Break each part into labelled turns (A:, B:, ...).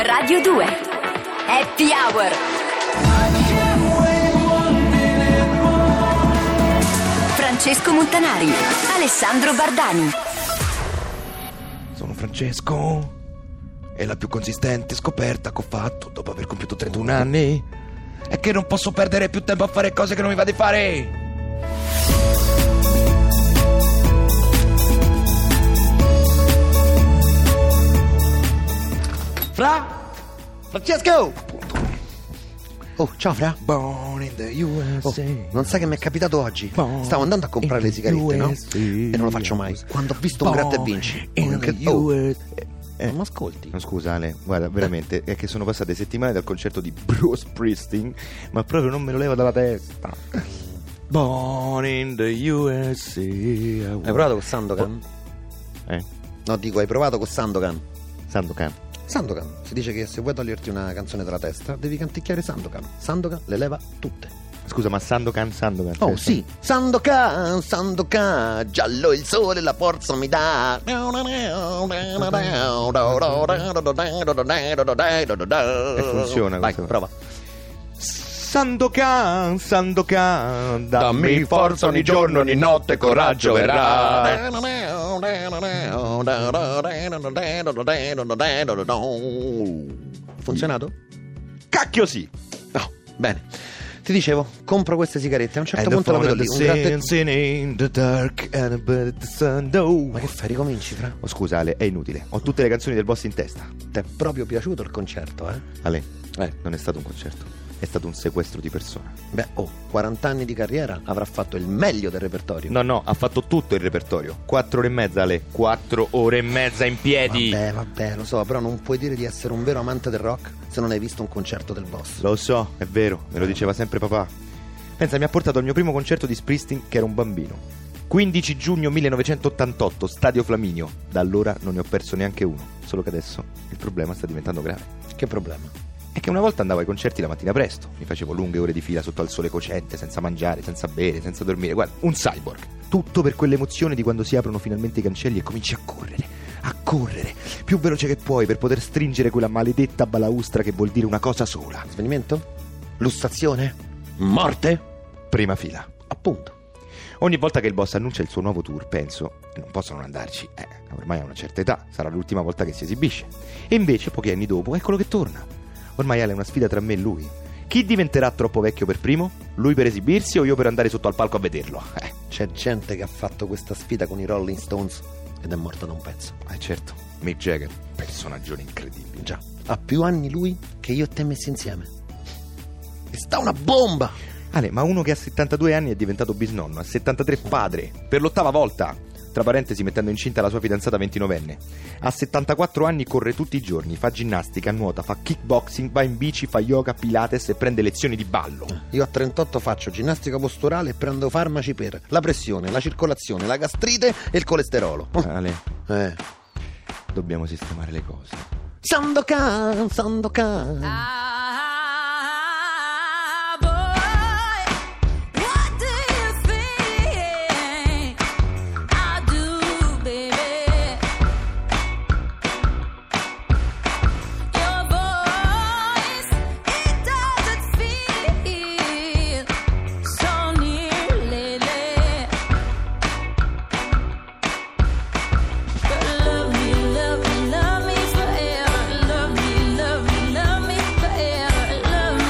A: Radio 2 Happy Hour Francesco Montanari Alessandro Bardani
B: Sono Francesco. E la più consistente scoperta che ho fatto dopo aver compiuto 31 anni è che non posso perdere più tempo a fare cose che non mi va di fare.
C: Fra? Francesco! Oh, ciao Fra.
B: Born in the
C: Oh,
B: USA.
C: non sai che mi è capitato oggi?
B: Boh.
C: Stavo andando a comprare le sigarette, no?
B: USA.
C: E non lo faccio mai. Quando ho visto un
B: Boh.
C: gratta e vinci.
B: In
C: Che-
B: the
C: oh,
B: USA.
C: non mi ascolti.
D: No, scusa Ale, guarda, veramente è che sono passate settimane dal concerto di Bruce Springsteen, ma proprio non me lo leva dalla testa. Born in the USA. Hai
C: Hai provato con Sandokan?
D: Eh,
C: Oh, No, dico, hai provato con Sandokan.
D: Sandokan.
C: Sandokan, si dice che se vuoi toglierti una canzone dalla testa, devi canticchiare Sandokan. Sandokan le leva tutte.
D: Scusa, ma Sandokan, Sandokan.
C: Oh
D: cioè,
C: sì, Sandokan, Sandokan, giallo il sole la forza mi dà. E
D: funziona
C: Vai,
D: questo.
C: prova.
D: Sandokan, Sandokan,
C: Dammi forza ogni giorno, ogni notte, coraggio verrà. Funzionato?
D: Cacchio sì!
C: No, bene. Ti dicevo, compro queste sigarette, a un certo
D: And the
C: punto la
D: phone
C: vedo
D: and the
C: lì, un gratta...
D: dancing in the dark and but the sun don't.
C: Ma che fai, ricominci, Fra?
D: Oh, scusa Ale, è inutile. Ho tutte le canzoni del boss in testa.
C: Ti è proprio piaciuto il concerto, eh?
D: Ale,
C: Eh.
D: non è stato un concerto, è stato un sequestro di persona.
C: Beh, oh, 40 anni di carriera, avrà fatto il meglio del repertorio.
D: No, no, ha fatto tutto il repertorio. Quattro ore e mezza, Ale. Quattro ore e mezza in piedi.
C: Vabbè, vabbè, lo so, però non puoi dire di essere un vero amante del rock se non hai visto un concerto del boss.
D: Lo so, è vero, me lo diceva sempre papà. Pensa, mi ha portato al mio primo concerto di Springsteen che era un bambino. 15 giugno 1988, Stadio Flaminio. Da allora non ne ho perso neanche uno. Solo che adesso il problema sta diventando grave.
C: Che problema?
D: È che una volta andavo ai concerti la mattina presto. Mi facevo lunghe ore di fila sotto al sole cocente, senza mangiare, senza bere, senza dormire. Guarda, un cyborg. Tutto per quell'emozione di quando si aprono finalmente i cancelli e cominci a correre. A correre più veloce che puoi per poter stringere quella maledetta balaustra che vuol dire una cosa sola.
C: Svenimento? Lussazione? Morte?
D: Prima fila.
C: Appunto.
D: Ogni volta che il boss annuncia il suo nuovo tour, penso, non posso non andarci, eh, ormai ha una certa età, sarà l'ultima volta che si esibisce. E invece, pochi anni dopo, eccolo che torna. Ormai Ale, è una sfida tra me e lui. Chi diventerà troppo vecchio per primo? Lui per esibirsi o io per andare sotto al palco a vederlo? Eh,
C: C'è gente che ha fatto questa sfida con i Rolling Stones ed è morta da un pezzo.
D: eh certo, Mick Jagger, personaggio incredibile.
C: Già, ha più anni lui che io e te messi insieme. E sta una bomba!
D: Ale, ma uno che a 72 anni è diventato bisnonno, a 73 padre, per l'ottava volta, tra parentesi mettendo incinta la sua fidanzata 29enne. A 74 anni corre tutti i giorni, fa ginnastica, nuota, fa kickboxing, va in bici, fa yoga, pilates e prende lezioni di ballo.
C: Io a 38 faccio ginnastica posturale e prendo farmaci per la pressione, la circolazione, la gastrite e il colesterolo. Oh,
D: Ale,
C: Eh.
D: dobbiamo sistemare le cose.
C: Sandokan, Sandokan.
E: Love me, love me, love me forever. Love me, love me, love me forever.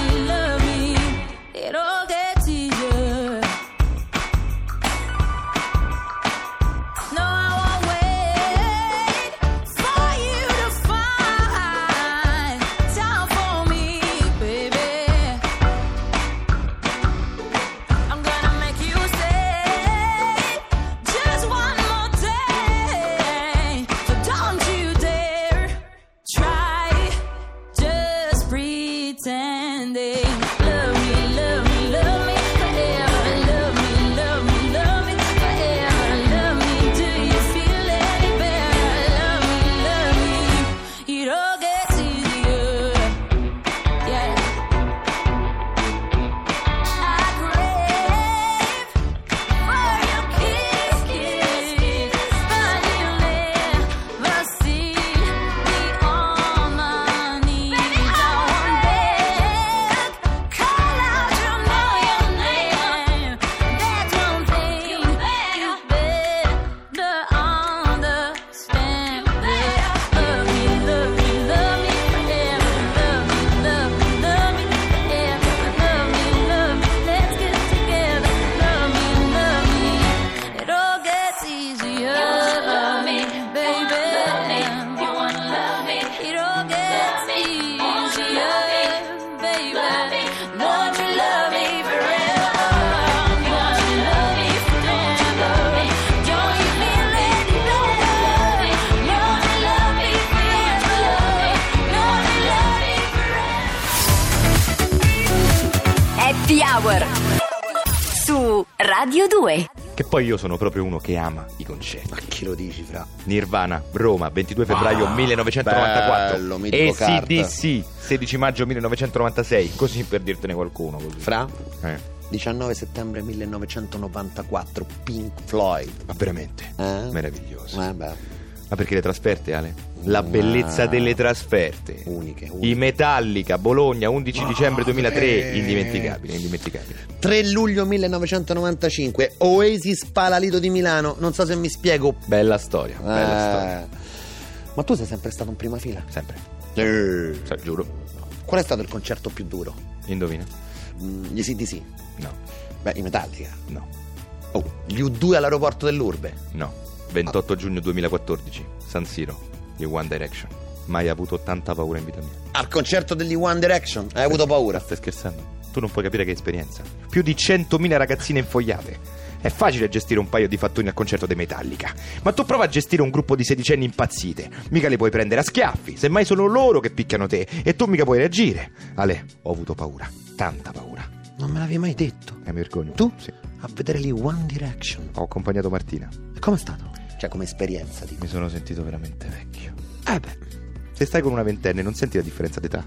A: Hour su Radio 2.
D: Che poi io sono proprio uno che ama i concerti.
C: Ma chi lo dici, fra?
D: Nirvana, Roma, 22 febbraio 1994.
C: Ah, bello, mitico
D: e
C: card.
D: CDC, 16 maggio 1996. Così per dirtene qualcuno. Così.
C: Fra?
D: Eh,
C: 19 settembre 1994, Pink Floyd.
D: ma veramente.
C: Eh?
D: Meraviglioso.
C: Eh, beh,
D: Ma perché le trasferte, Ale? La bellezza
C: Ma-
D: delle trasferte.
C: uniche, uniche.
D: I Metallica, Bologna, 11 dicembre 2003.
C: eh.
D: Indimenticabile, indimenticabile.
C: 3 luglio 1995, Oasis Palalito di Milano. Non so se mi spiego.
D: Bella storia, bella storia.
C: Eh, Ma tu sei sempre stato in prima fila?
D: Sempre,
C: Eh.
D: sai, giuro.
C: Qual è stato il concerto più duro?
D: Indovina?
C: Mm, Gli CDC?
D: No,
C: Beh, i Metallica.
D: no,
C: Oh, gli U2 all'aeroporto dell'Urbe.
D: no. 28 giugno 2014, San Siro, di One Direction. Mai avuto tanta paura in vita mia.
C: Al concerto degli One Direction. Hai avuto
D: Ma
C: paura?
D: Stai scherzando? Tu non puoi capire che esperienza. Più di 100.000 ragazzine infogliate. È facile gestire un paio di fattoni al concerto dei Metallica, ma tu prova a gestire un gruppo di sedicenni impazzite. Mica le puoi prendere a schiaffi, semmai sono loro che picchiano te e tu mica puoi reagire. Ale, ho avuto paura, tanta paura.
C: Non me l'avevi mai detto.
D: E mi vergogno.
C: Tu?
D: Sì.
C: A vedere gli One Direction.
D: Ho accompagnato Martina.
C: E com'è stato? Cioè, come esperienza, dico.
D: Mi sono sentito veramente vecchio.
C: Eh beh.
D: Se stai con una ventenne non senti la differenza d'età.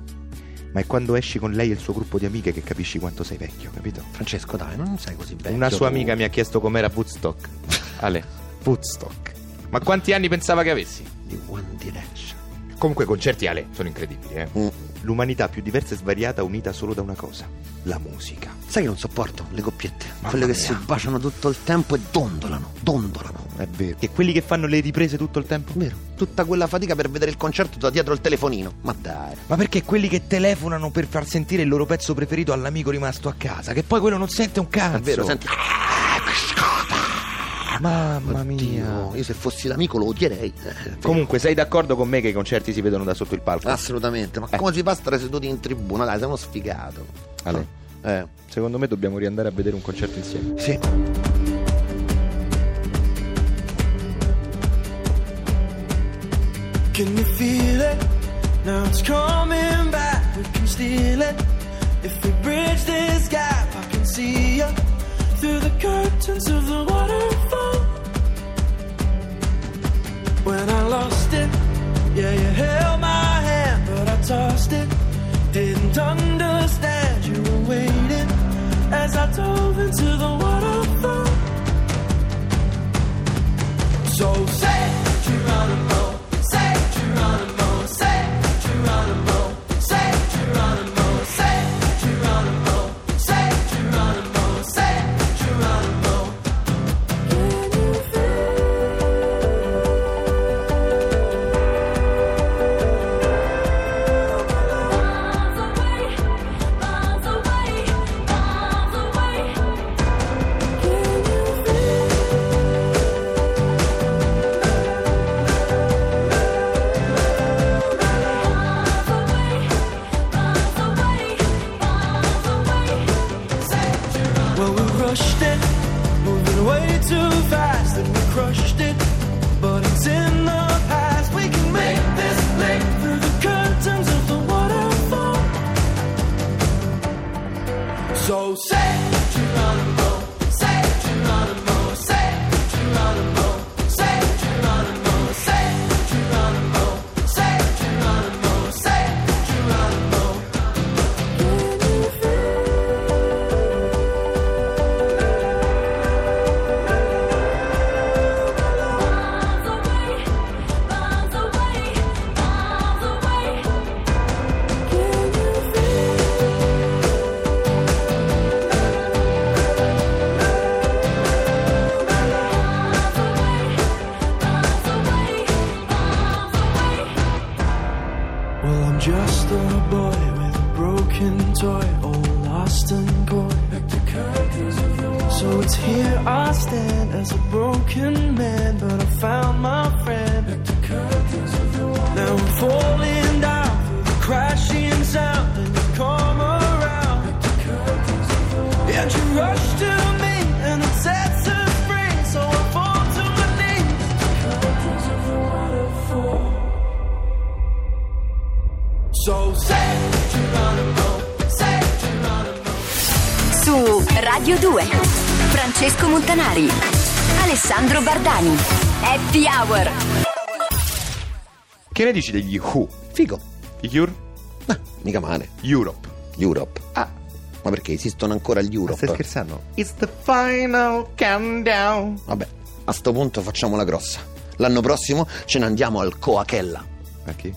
D: Ma è quando esci con lei e il suo gruppo di amiche che capisci quanto sei vecchio, capito?
C: Francesco, dai, non sei così bello.
D: Una sua amica mi ha chiesto com'era Woodstock. Ale, Woodstock. Ma quanti anni pensava che avessi?
C: Di One Direction.
D: Comunque, concerti Ale sono incredibili, eh.
C: Mm.
D: L'umanità più diversa e svariata unita solo da una cosa: la musica.
C: Sai che non sopporto le coppiette.
D: Mamma
C: quelle che
D: mia.
C: si baciano tutto il tempo e dondolano. Dondolano.
D: È vero. E quelli che fanno le riprese tutto il tempo?
C: Vero. Tutta quella fatica per vedere il concerto da dietro il telefonino. Ma dai.
B: Ma perché quelli che telefonano per far sentire il loro pezzo preferito all'amico rimasto a casa, che poi quello non sente un cazzo.
C: È vero, senti.
B: Mamma mia.
C: Dio, io se fossi l'amico lo odierei. Eh,
D: Comunque, sei d'accordo con me che i concerti si vedono da sotto il palco?
C: Assolutamente,
D: Eh.
C: ma come si fa a stare seduti in tribuna? Dai, sei uno sfigato.
D: Ale,
C: Eh,
D: secondo me dobbiamo riandare a vedere un concerto insieme.
C: sì.
E: Can you feel it? Now it's coming back. We can steal it. If we bridge this gap, I can see you through the curtains of the waterfall. When I lost it, yeah, you held my hand, but I tossed it. Didn't understand you were waiting as I dove into the waterfall. So say Geronimo, say Geronimo, say Geronimo, say Geronimo, say Geronimo, say Geronimo, say Geronimo. Can you Well, we rushed it, moving way too fast, and we crushed it. But it's in the past. We can make this leap through the curtains of the waterfall. So say Geronimo, say Geronimo, say Geronimo, say Geronimo, say Geronimo, say Geronimo, say Geronimo. Well, I'm just a boy with a broken toy, all lost and coy. So it's here I stand as a broken man, but I found my friend. Now I'm falling down through the crashing sound, and you come around. And you rush to me, and it sets us free. So I fall to my knees. So say, Geronimo, say, Geronimo.
A: Su Radio 2. Francesco Montanari. Alessandro Bardani. Happy Hour.
D: Che ne dici degli Who?
C: Figo.
D: I Cure?
C: Ma mica male.
D: Europe.
C: Europe.
D: Ah,
C: Ma perché esistono ancora gli Europe?
D: stai scherzando? It's the final countdown.
C: Vabbè, a sto punto facciamola grossa. L'anno prossimo ce ne andiamo al Coachella,
D: A chi?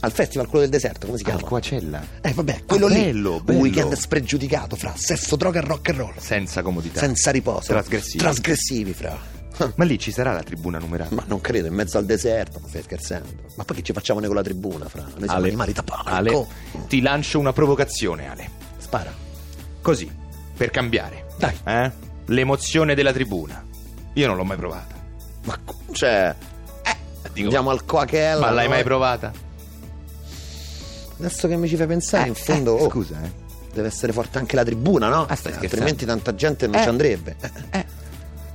C: al festival quello del deserto, come si chiama?
D: Al Coacella.
C: eh vabbè, quello
D: Ah,
C: lì.
D: bello,
C: Un
D: bello.
C: weekend spregiudicato fra sesso, droga e rock and roll.
D: Senza comodità.
C: Senza riposo.
D: Trasgressivi.
C: Trasgressivi fra.
D: Ma lì ci sarà la tribuna numerata.
C: Ma non credo, in mezzo al deserto, ma stai scherzando. Ma poi che ci facciamo noi con la tribuna, fra? Noi siamo animali da palco.
D: Ale, ti lancio una provocazione, Ale.
C: Spara.
D: Così, per cambiare.
C: Dai.
D: Eh? L'emozione della tribuna. Io non l'ho mai provata.
C: Ma co- cioè. Eh, andiamo al Coachella.
D: Ma l'hai
C: no?
D: mai provata?
C: Adesso che mi ci fai pensare,
D: Eh,
C: in fondo.
D: eh,
C: oh,
D: scusa, eh.
C: Deve essere forte anche la tribuna, no? Eh,
D: Ah, stai scherzando.
C: Altrimenti tanta gente non ci andrebbe.
D: eh.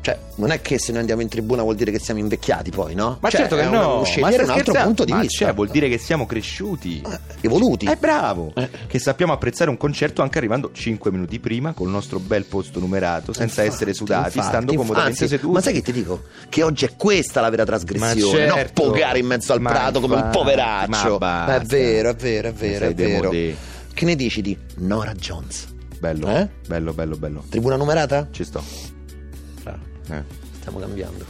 C: Cioè, non è che se noi andiamo in tribuna vuol dire che siamo invecchiati poi, no?
D: Ma
C: Cioè,
D: certo che
C: è un-
D: no.
C: un
D: ma
C: scegliere
D: stai
C: un altro
D: scherzando?
C: punto di
D: Ma
C: vista.
D: Cioè, vuol dire che siamo cresciuti.
C: Evoluti.
D: È bravo!
C: Eh.
D: Che sappiamo apprezzare un concerto anche arrivando 5 minuti prima col nostro bel posto numerato, senza
C: Certo, Infatti,
D: essere sudati,
C: infatti,
D: stando
C: infatti.
D: comodamente
C: Anzi,
D: seduti.
C: Ma sai che ti dico? Che oggi è questa la vera trasgressione,
D: Ma
C: non
D: certo.
C: pogare in mezzo al
D: Ma
C: prato come un
D: infatti,
C: poveraccio.
D: ma basta.
C: è vero, è vero, è
D: Ma
C: vero,
D: sei
C: è vero.
D: demodé.
C: Che ne dici di Nora Jones?
D: Bello,
C: Eh?
D: bello, bello, bello.
C: Tribuna numerata?
D: Ci sto. Eh.
C: Stiamo cambiando.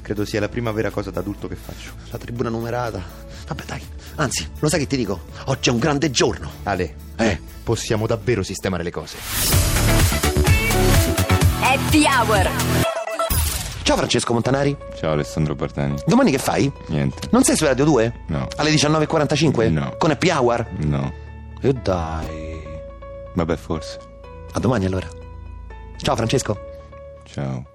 D: Credo sia la prima vera cosa da adulto che faccio.
C: La tribuna numerata. Vabbè, dai. Anzi, lo sai che ti dico? Oggi è un grande giorno.
D: Ale,
C: Eh.
D: possiamo davvero sistemare le cose.
A: Happy Hour.
C: Ciao Francesco Montanari.
F: Ciao Alessandro Bartani.
C: Domani che fai?
F: Niente.
C: Non sei su Radio 2?
F: No.
C: Alle 19.45?
F: No.
C: Con Happy Hour?
F: No.
C: E dai.
F: Vabbè, forse.
C: A domani allora. Ciao Francesco.
F: Ciao.